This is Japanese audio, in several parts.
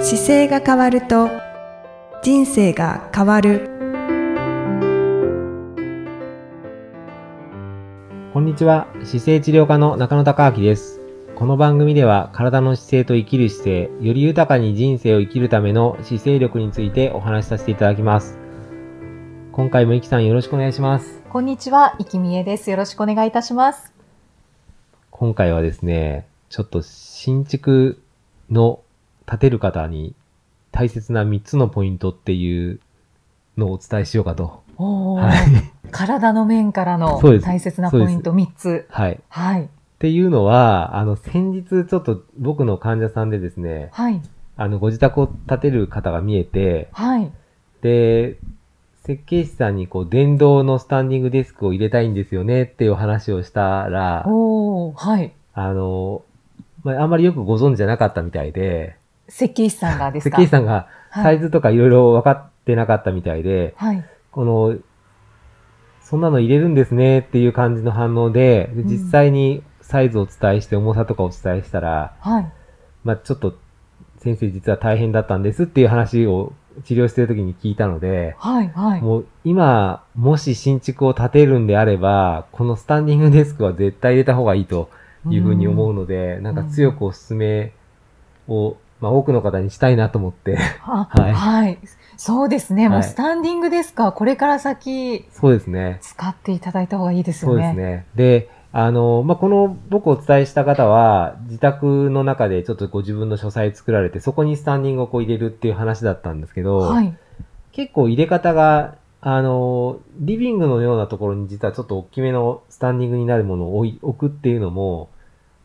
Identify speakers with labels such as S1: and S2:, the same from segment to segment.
S1: 姿勢が変わると人生が変わる
S2: こんにちは。姿勢治療科の中野隆明です。この番組では体の姿勢と生きる姿勢、より豊かに人生を生きるための姿勢力についてお話しさせていただきます。今回もイキさんよろしくお願いします。
S3: こんにちは、いきみえです。よろしくお願いいたします。
S2: 今回はですね、ちょっと新築の建てる方に大切な3つのポイントっていうのをお伝えしようかと。
S3: おー
S2: はい。
S3: 体の面からの
S2: そうです
S3: 大切なポイント3つ。
S2: はい。っ
S3: はい。
S2: ていうのは、あの、先日ちょっと僕の患者さんでですね、
S3: はい。
S2: あの、ご自宅を建てる方が見えて、
S3: はい。
S2: で、設計士さんにこう、電動のスタンディングデスクを入れたいんですよねっていう話をしたら、
S3: おおはい。
S2: あの、まあ、あんまりよくご存知じゃなかったみたいで、
S3: 設計士さんがです
S2: 設
S3: か
S2: 計士さんが
S3: は
S2: サイ
S3: い。
S2: ズとかいろいろ分かってなかったみたいで、
S3: はい。
S2: この、そんなの入れるんですねっていう感じの反応で、で
S3: うん
S2: 実際にサイズをお伝えして重さとかお伝えしたら、
S3: はい。
S2: まあ、ちょっと先生実は大変だったんですっていう話を治療してる時に聞いたので、
S3: はい。はい。
S2: もう今、もし新築を建てるんであれば、このスタンディングデスクは絶対入れた方がいいというふうに思うので、なんか強くおすすめを、まあ多くの方にしたいなと思って、
S3: あ
S2: はい
S3: はい。そうですね。もう
S2: はい
S3: スタンディングですかこれから先
S2: そうですね。
S3: 使っていただいた方がいいです
S2: そ
S3: よ
S2: う
S3: ね。
S2: ですね。で、あの、まあ、この僕お伝えした方は、自宅の中でちょっとご自分の書斎作られて、そこにスタンディングをこう入れるっていう話だったんですけど、
S3: はい。
S2: 結構入れ方が、あの、リビングのようなところに実はちょっと大きめのスタンディングになるものを置い置くっていうのも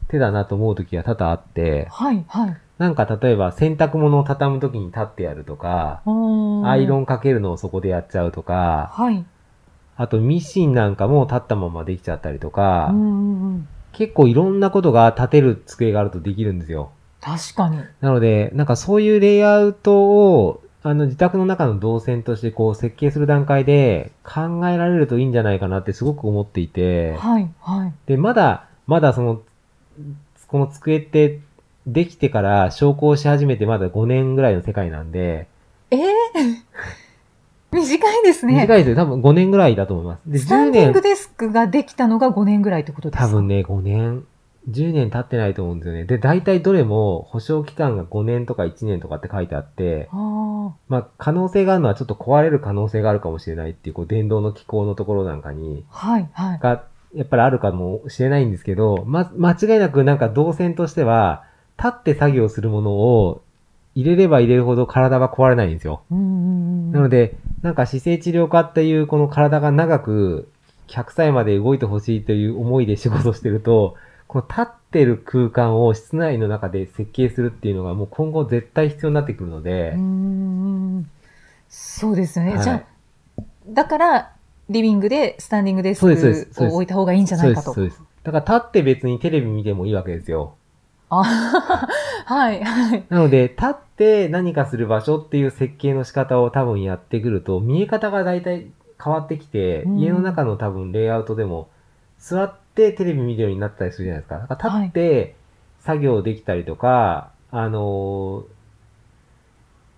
S2: 手だなと思う時が多々あって、
S3: はい。はい。
S2: なんか例えば洗濯物を畳む時に立ってやるとか、
S3: おー
S2: アイロンかけるのをそこでやっちゃうとか、
S3: はい。
S2: あとミシンなんかも立ったままできちゃったりとか
S3: う、んうんうん。
S2: 結構いろんなことが立てる机があるとできるんですよ。
S3: 確かに。
S2: なので、なんかそういうレイアウトを、あの、自宅の中の動線としてこう設計する段階で考えられるといいんじゃないかなってすごく思っていて、
S3: はい。はい。
S2: で、まだ、まだその、この机ってできてから昇降し始めてまだ5年ぐらいの世界なんで、
S3: え え短いですね。
S2: 短いですよ。多分5年ぐらいだと思います。で、
S3: スタ
S2: 10
S3: ンディング
S2: 年、
S3: デスクができたのが5年ぐらいってことですか
S2: 多分ね、5年、10年経ってないと思うんですよね。で、大体どれも保証期間が5年とか1年とかって書いてあって、
S3: あ
S2: まあ、可能性があるのはちょっと壊れる可能性があるかもしれないっていう、こう、電動の機構のところなんかに、
S3: あ、はい、はい。
S2: が、やっぱりあるかもしれないんですけど、ま、間違いなくなんか動線としては、立って作業するものを入れれば入れるほど体は壊れないんですよ。
S3: うんうんうん。
S2: なので、なんか姿勢治療科っていうこの体が長く100歳まで動いてほしいという思いで仕事してると、この立ってる空間を室内の中で設計するっていうのがもう今後絶対必要になってくるので、
S3: うんうんうんそうですよね。
S2: はい
S3: じゃあ、だから、リビングでスタンディングデス
S2: そうですそうです
S3: ク
S2: そうで
S3: を
S2: す
S3: 置いた方がいいんじゃないかと
S2: そう。です、そうです。だから立って別にテレビ見てもいいわけですよ。
S3: あはい、はい。
S2: なので、立って何かする場所っていう設計の仕方を多分やってくると、見え方が大体変わってきて、
S3: うん
S2: 家の中の多分レイアウトでも、座ってテレビ見るようになったりするじゃないですか。だから立って作業できたりとか、あのー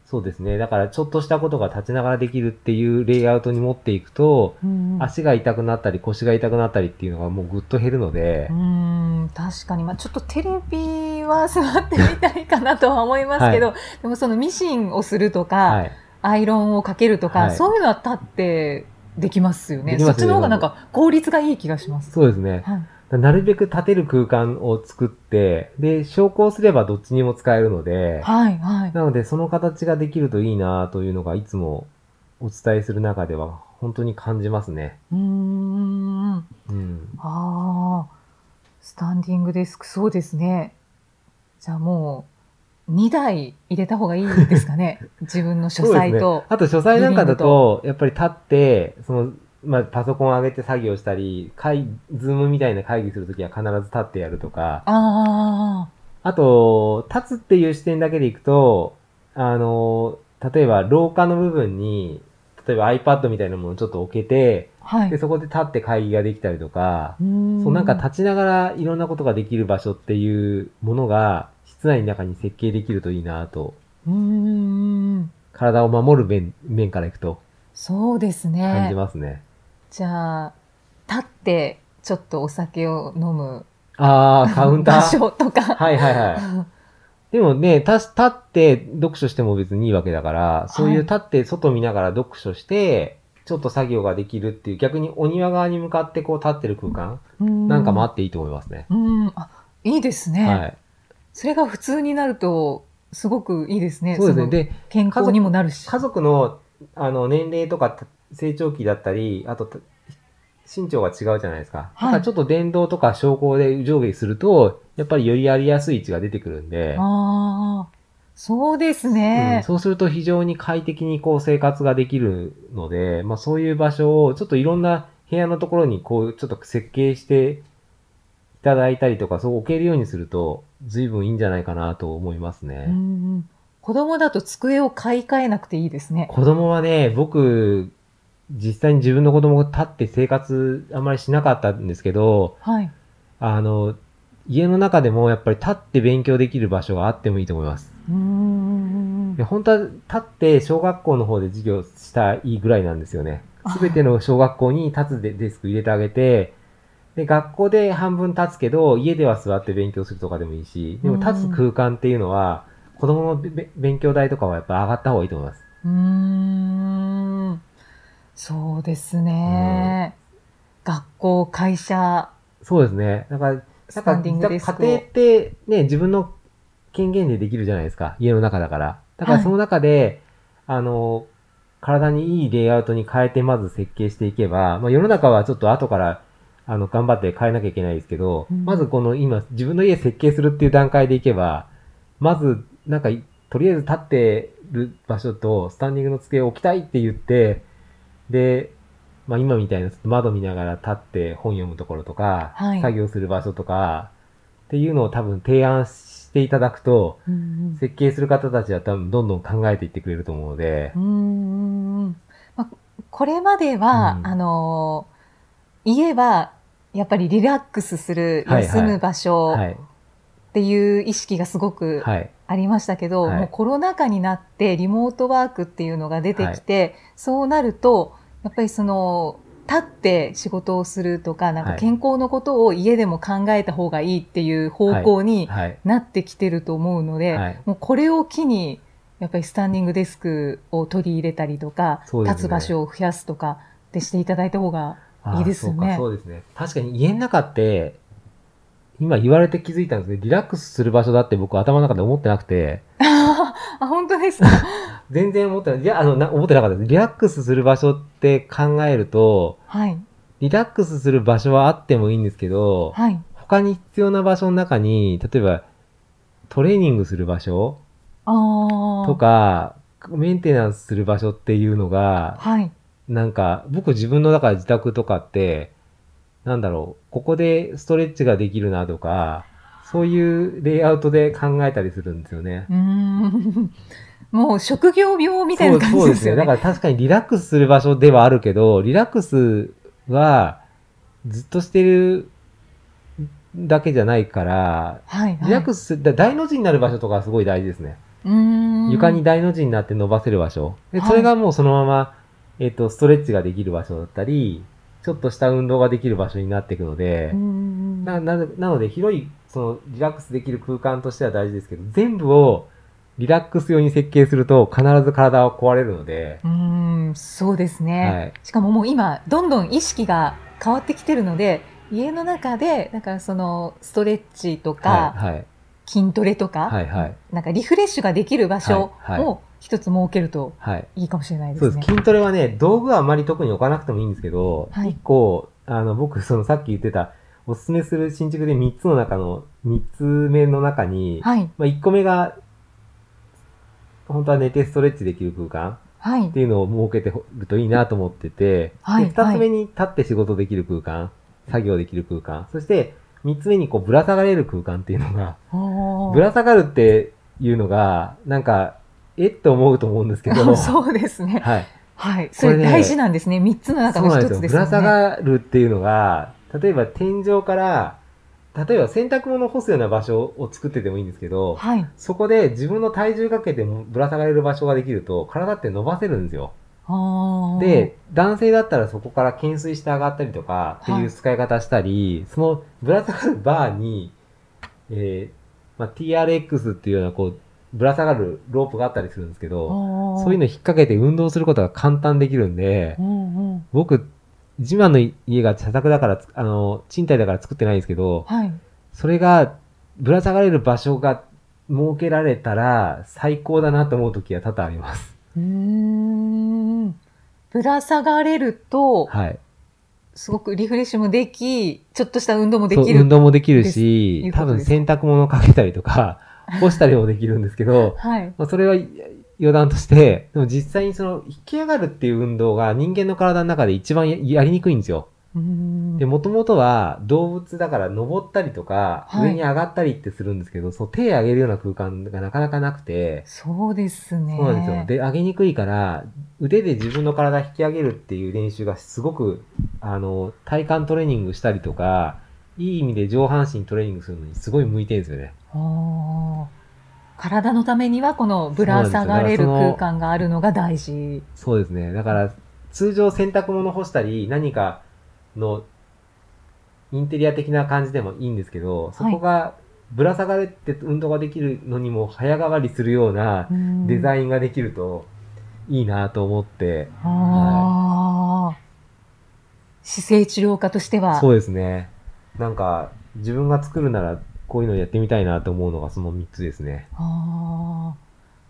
S2: そうですね。だからちょっとしたことが立ちながらできるっていうレイアウトに持っていくと、
S3: うんうん
S2: 足が痛くなったり腰が痛くなったりっていうのがもうぐっと減るので、
S3: うん確かに、まあ、ちょっとテレビは座ってみたいかなとは思いますけど、でもそのミシンをするとか、
S2: はい。
S3: アイロンをかけるとか、
S2: はい
S3: そういうのは立ってできますよね
S2: できます
S3: そっちの方がなんか効率がいい気がします。
S2: そうですね。
S3: はい、
S2: なるべく立てる空間を作って、で、昇降すればどっちにも使えるので、
S3: はい、はい。
S2: なのでその形ができるといいなというのがいつもお伝えする中では本当に感じますね。
S3: うーん。あ
S2: うん。
S3: あー、スタンディングデスク、そうですね。じゃあもう、2台入れた方がいいです かね。自分の書斎
S2: そう
S3: と
S2: ですね。。あと書斎なんかだと、やっぱり立って、その、まあ、パソコンを上げて作業したり、会、ズームみたいな会議するときは必ず立ってやるとか、
S3: あ
S2: あと、立つっていう視点だけでいくと、あの、例えば廊下の部分に、例えば iPad みたいなものをちょっと置けて、
S3: あ、はい。
S2: で、そこで立って会議ができたりとか、
S3: うーん
S2: そうなんか立ちながらいろんなことができる場所っていうものが、室内の中に設計できるといいなと
S3: うーん。
S2: 体を守る面面からいくと
S3: そうです
S2: 感
S3: ね
S2: じ。ますね。
S3: じゃあ、立ってちょっとお酒を飲む
S2: ああ、カウンタ
S3: 場
S2: ー。
S3: 所とか。
S2: はいはい はい。でもね、た立って読書しても別にいいわけだから、そういう立って外見ながら読書して、ちょっと作業ができるっていう、逆にお庭側に向かってこう立ってる空間、なんかもあっていいと思いますね。
S3: うん。あ、いいですね。
S2: はい。
S3: それが普通になると、すごくいいですね。
S2: そうですね。
S3: の
S2: で、
S3: 健康にもなるし。
S2: 家族のあの年齢とかた成長期だったり、あとた身長が違うじゃないですか。
S3: は
S2: だ
S3: い
S2: からちょっと電動とか昇降で上下すると、やっぱりよりやりやすい位置が出てくるんで、
S3: ああ、そうです
S2: うん
S3: ね。
S2: そうすると非常に快適にこう生活ができるので、まあそういう場所をちょっといろんな部屋のところにこうちょっと設計していただいたりとか、そう置けるようにすると随分いいんじゃないかなと思いますね。
S3: うんうん子供だと机を買い替えなくていいですね。
S2: 子供はね、僕、実際に自分の子供が立って生活あまりしなかったんですけど、
S3: はい。
S2: あの、家の中でもやっぱり立って勉強できる場所があってもいいと思います。
S3: うんうんうん
S2: で本当は立って小学校の方で授業したいぐらいなんですよね
S3: あ。
S2: すべての小学校に立つデデスク入れてあげて、で、学校で半分立つけど、家では座って勉強するとかでもいいし、でも立つ空間っていうのは、子供のべべ勉強代とかはやっぱ上がった方がいいと思います。
S3: うん。うーん。そうですね。学校、会社、
S2: そうですね。だから、
S3: スタンディング
S2: 家
S3: デスクを
S2: 庭ってね、自分の権限でできるじゃないですか。家の中だから。だか
S3: は
S2: ら
S3: い
S2: その中で、あの、体にいいレイアウトに変えてまず設計していけば、まあ世の中はちょっと後から、あの、頑張って変えなきゃいけないですけど、
S3: うん
S2: まずこの今、自分の家設計するっていう段階でいけば、まず、なんか、とりあえず立ってる場所と、スタンディングの机を置きたいって言って、で、まあ今みたいな、ちょっと窓見ながら立って本読むところとか、
S3: はい
S2: 作業する場所とか、っていうのを多分提案していただくと、
S3: うん
S2: 設計する方たちは多分どんどん考えていってくれると思うので
S3: う、んうんまあ、これまでは、
S2: うん
S3: あのー家はやっぱりリラックスする、
S2: はいはい
S3: 休む場所
S2: はい。
S3: っていう意識がすごく
S2: はい。
S3: ありましたけど、
S2: はい
S3: もうコロナ禍になってリモートワークっていうのが出てきて、そうなるとやっぱりその立って仕事をするとかなんか
S2: はい
S3: 健康のことを家でも考えた方がいいっていう方向に
S2: はい。
S3: なってきてると思うので、
S2: はい。
S3: もうこれを機にやっぱりスタンディングデスクを取り入れたりとか、
S2: そうですね
S3: 立つ場所を増やすとかってしていただいた 方が
S2: あー
S3: いいですよね
S2: そうか、そうですね。確かに家の中って、今言われて気づいたんですけど、リラックスする場所だって僕頭の中で思ってなくて、
S3: あ本当ですか
S2: 全然思ってない。いや、あの、な思ってなかったです。リラックスする場所って考えると、
S3: はい
S2: リラックスする場所はあってもいいんですけど、
S3: はい
S2: 他に必要な場所の中に、例えば、トレーニングする場所
S3: あー
S2: とか、メンテナンスする場所っていうのが、
S3: はい
S2: なんか、僕自分のだから自宅とかって、なんだろう、ここでストレッチができるなとか、そういうレイアウトで考えたりするんですよね。
S3: うーんもう職業病みたいな感
S2: そう
S3: じですよね。
S2: そうだから確かにリラックスする場所ではあるけど、リラックスはずっとしてるだけじゃないから、
S3: はい、はい。
S2: リラックスする、だ大の字になる場所とかはすごい大事ですね。
S3: うーん
S2: 床に大の字になって伸ばせる場所。で
S3: はい
S2: それがもうそのまま、えっ、と、ストレッチができる場所だったり、ちょっとした運動ができる場所になっていくので
S3: うー、ん
S2: なななので広い、そのリラックスできる空間としては大事ですけど、全部をリラックス用に設計すると必ず体は壊れるので、
S3: うーんそうですね、
S2: はい。
S3: しかももう今、どんどん意識が変わってきてるので、家の中で、だからそのストレッチとか、
S2: はい、はい、
S3: 筋トレとか、
S2: はい、はい、
S3: なんかリフレッシュができる場所
S2: はいはい
S3: を一つ設けると
S2: はい。
S3: いいかもしれないで
S2: そう
S3: す
S2: です。
S3: ね。
S2: 筋トレはね、道具はあまり特に置かなくてもいいんですけど、
S3: はい
S2: 一個、あの、僕、そのさっき言ってた、おすすめする新宿で3つの中の、3つ目の中に、
S3: はい、
S2: まあ、1個目が、本当は寝てストレッチできる空間
S3: はい
S2: っ、ていうのを設けてるといいなと思ってて、
S3: はい
S2: で2つ目に立って仕事できる空間、作業できる空間、そして3つ目にこうぶら下がれる空間っていうのが、
S3: おー
S2: ぶら下がるっていうのが、なんか、えっと思うと思うんですけど、
S3: そうですね。
S2: はい。
S3: はい、
S2: こ
S3: そ
S2: れね
S3: れ大事なんですね。三つの中
S2: そう
S3: の
S2: なん
S3: 一
S2: ですよ。ぶ
S3: つですよ
S2: ら
S3: ね。
S2: 下がるっていうのが、例えば天井から例えば洗濯物を干すような場所を作っててもいいんですけど、
S3: はい。
S2: そこで自分の体重かけてぶら下がれる場所ができると、体って伸ばせるんですよ。
S3: ああ。
S2: で、男性だったらそこから懸垂して上がったりとかって
S3: はいいう
S2: 使い方したり、そのぶら下がるバーに、えーまあ、TRX っていうようなこう、ぶら下がるロープがあったりするんですけど、
S3: そ
S2: そういうの引っ掛けて運動することが簡単できるんで、
S3: うんうん。
S2: 僕、自慢の家が社宅だからつ、あの、賃貸だから作ってないんですけど、
S3: はい。
S2: それが、ぶら下がれる場所が設けられたら、最高だなと思う時は多々あります。
S3: うーん。ぶら下がれると、
S2: はい。
S3: すごくリフレッシュもでき、ちょっとした運動もで
S2: そう、
S3: きる。
S2: 運動もできる
S3: ですい
S2: し
S3: う、こ
S2: 多
S3: と
S2: 分
S3: です
S2: 洗濯物かけたりと か、干したりもできるんですけど、
S3: はい。
S2: まあそれはい余談として、でも実際にその、引き上がるっていう運動が人間の体の中で一番ややりにくいんですよ。
S3: うーん
S2: で、もともとは動物だから登ったりとか、
S3: はい
S2: 上に上がったりってするんですけど、そう手上げるような空間がなかなかなくて、
S3: そうですね。
S2: そうなんですよ。で、上げにくいから、腕で自分の体引き上げるっていう練習がすごく、あの、体幹トレーニングしたりとか、いい意味で上半身トレーニングするのにすごい向いてるんですよね。
S3: あー体のためには、このぶら下がれ
S2: そ
S3: る
S2: うなんですよ
S3: 空間があるのが大事。
S2: そうですね。だから、通常洗濯物干したり、何かのインテリア的な感じでもいいんですけど、そこがぶら下がれって運動ができるのにも早変わりするようなデ
S3: イン。
S2: ザインができるといいなと思って、
S3: あー姿勢治療家としては
S2: そ、うですね。なんか、自分が作るならこういうのやってみたいなと思うのがその3つですね。
S3: ああ。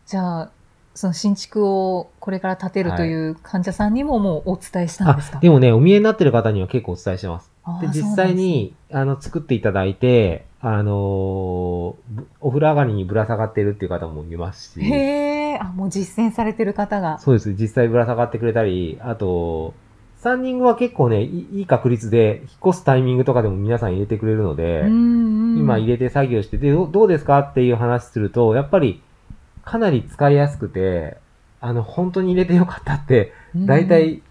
S3: じゃあ、その新築をこれから建てる
S2: はい
S3: という患者さんにももうお伝えしたんです
S2: あ
S3: か、、
S2: でもね、お見えになってる方には結構お伝えしてます。
S3: あ
S2: で、
S3: ー
S2: 実際、に、あの、作っていただいて、あのーぶお風呂上がりにぶら下がってるっていう方もいます
S3: そうなんです
S2: し、
S3: へえ、あ、もう実践されてる方が。
S2: そうです。実際ぶら下がってくれたり、あと、スタンディングは結構ね、いいいい確率で、引っ越すタイミングとかでも皆さん入れてくれるので、今
S3: 今
S2: 入れて作業して、で、どうどうですかっていう話すると、やっぱり、かなり使いやすくて、あの、本当に入れてよかったって、大。体、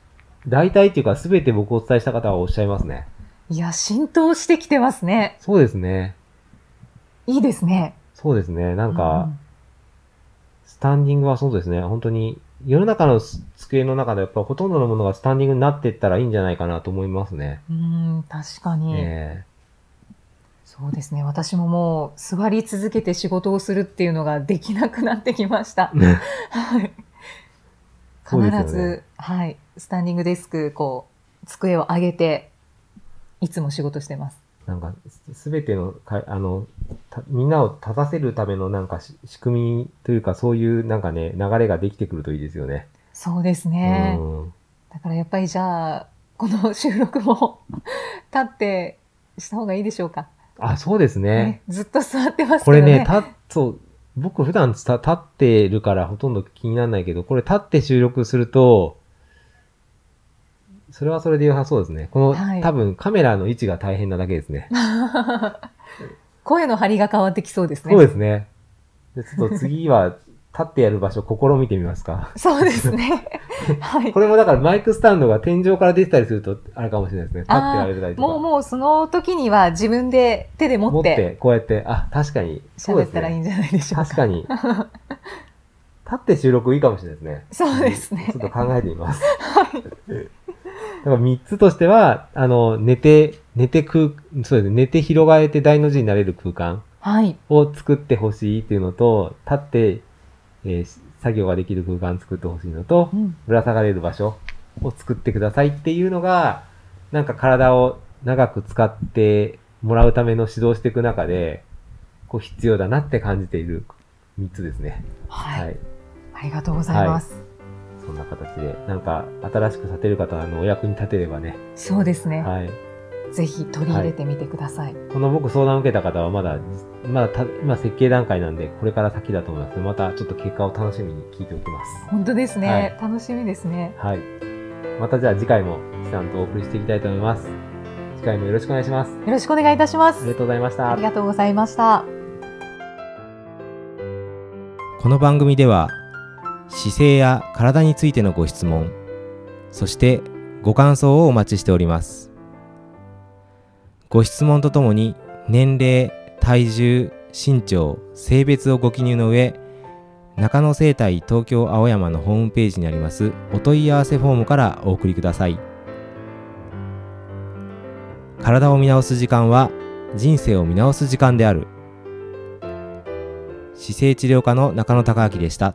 S2: 大体っていうか全て僕お伝えした方はおっしゃいますね。
S3: いや、浸透してきてますね。
S2: そうですね。
S3: いいですね。
S2: そうですね。なんか、スタンディングはそうですね、本当に、世の中のす机の中でやっぱほとんどのものがスタンディングになっていったらいいんじゃないかなと思いますね。
S3: うん、うん確かに、
S2: え
S3: そうですね。私ももう座り続けて仕事をするっていうのができなくなってきました。
S2: え
S3: はい
S2: そうですよね
S3: 必ず、はい、スタンディングデスク、こう、机を上げて、いつも仕事してます。
S2: なんか、すべてのか、あの、たみんなを立たせるためのなんかし仕組みというか、そういうなんかね、流れができてくるといいですよね。
S3: そうですね
S2: う。ん。
S3: だからやっぱりじゃあ、この収録も 立ってした方がいいでしょうか。
S2: あ、そうですね。
S3: ねずっと座ってます
S2: こ
S3: け
S2: れ
S3: どね。
S2: ね、た、そう、僕普段た立ってるからほとんど気にならないけど、これ立って収録すると、それはそれで良さそうですね。この、
S3: はい
S2: 多分カメラの位置が大変なだけですね。
S3: 声の張りが変わってきそうですね。
S2: そうですね。でちょっと次は、立ってやる場所、試みてみますか。
S3: そうですね。 はい
S2: こ。れもだからマイクスタンドが天井から出てたりすると、あれかもしれないですね。立ってやられたりとか。
S3: もうもうその時には自分で手で持
S2: 持
S3: っ
S2: ってて、こうやって、あ、確かに。そう
S3: 喋
S2: で
S3: っ
S2: す
S3: たらいい
S2: ね。
S3: んじゃないでしょうか。
S2: 確かに。立って収録いいかもしれないですね。
S3: そうですね
S2: ちょっと考えてみます。だから3つとしては、あの、寝て、寝て空、そうですね、寝て広がれて大の字になれる空間
S3: はい。
S2: を作ってほしいっていうのと、立って、えーし作業ができる空間を作ってほしいのと
S3: う、ん
S2: ぶら下がれる場所を作ってくださいっていうのが、なんか体を長く使ってもらうための指導していく中で、こう必要だなって感じている3つですね。
S3: はい
S2: はい。
S3: ありがとうございます。
S2: そんな形で、なんか新しく建てる方のお役に立てればね。
S3: そうですね、
S2: はい。
S3: ぜひ取り入れてみてください。
S2: この僕相談を受けた方はまだ、まだた今設計段階なんで、これから先だと思います。またちょっと結果を楽しみに聞いておきます。
S3: 本当ですね、
S2: はい
S3: 楽しみですね。
S2: はい。またじゃあ次回も、キさんとお送りしていきたいと思います。次回もよろしくお願いします。
S3: よろしくお願いいたしま
S2: ありがと
S3: す。
S2: うございました
S3: あり。がとうございました。
S4: この番組では姿勢や体についてのご質問そしてご感想をお待ちしておりますご質問とともに
S2: 年齢、体重、身長、性別をご記入の上、中野生態東京青山のホームページにありますお問い合わせフォームからお送りください。体を見直す時間は人生を見直す時間である。姿勢治療科の中野孝明でした。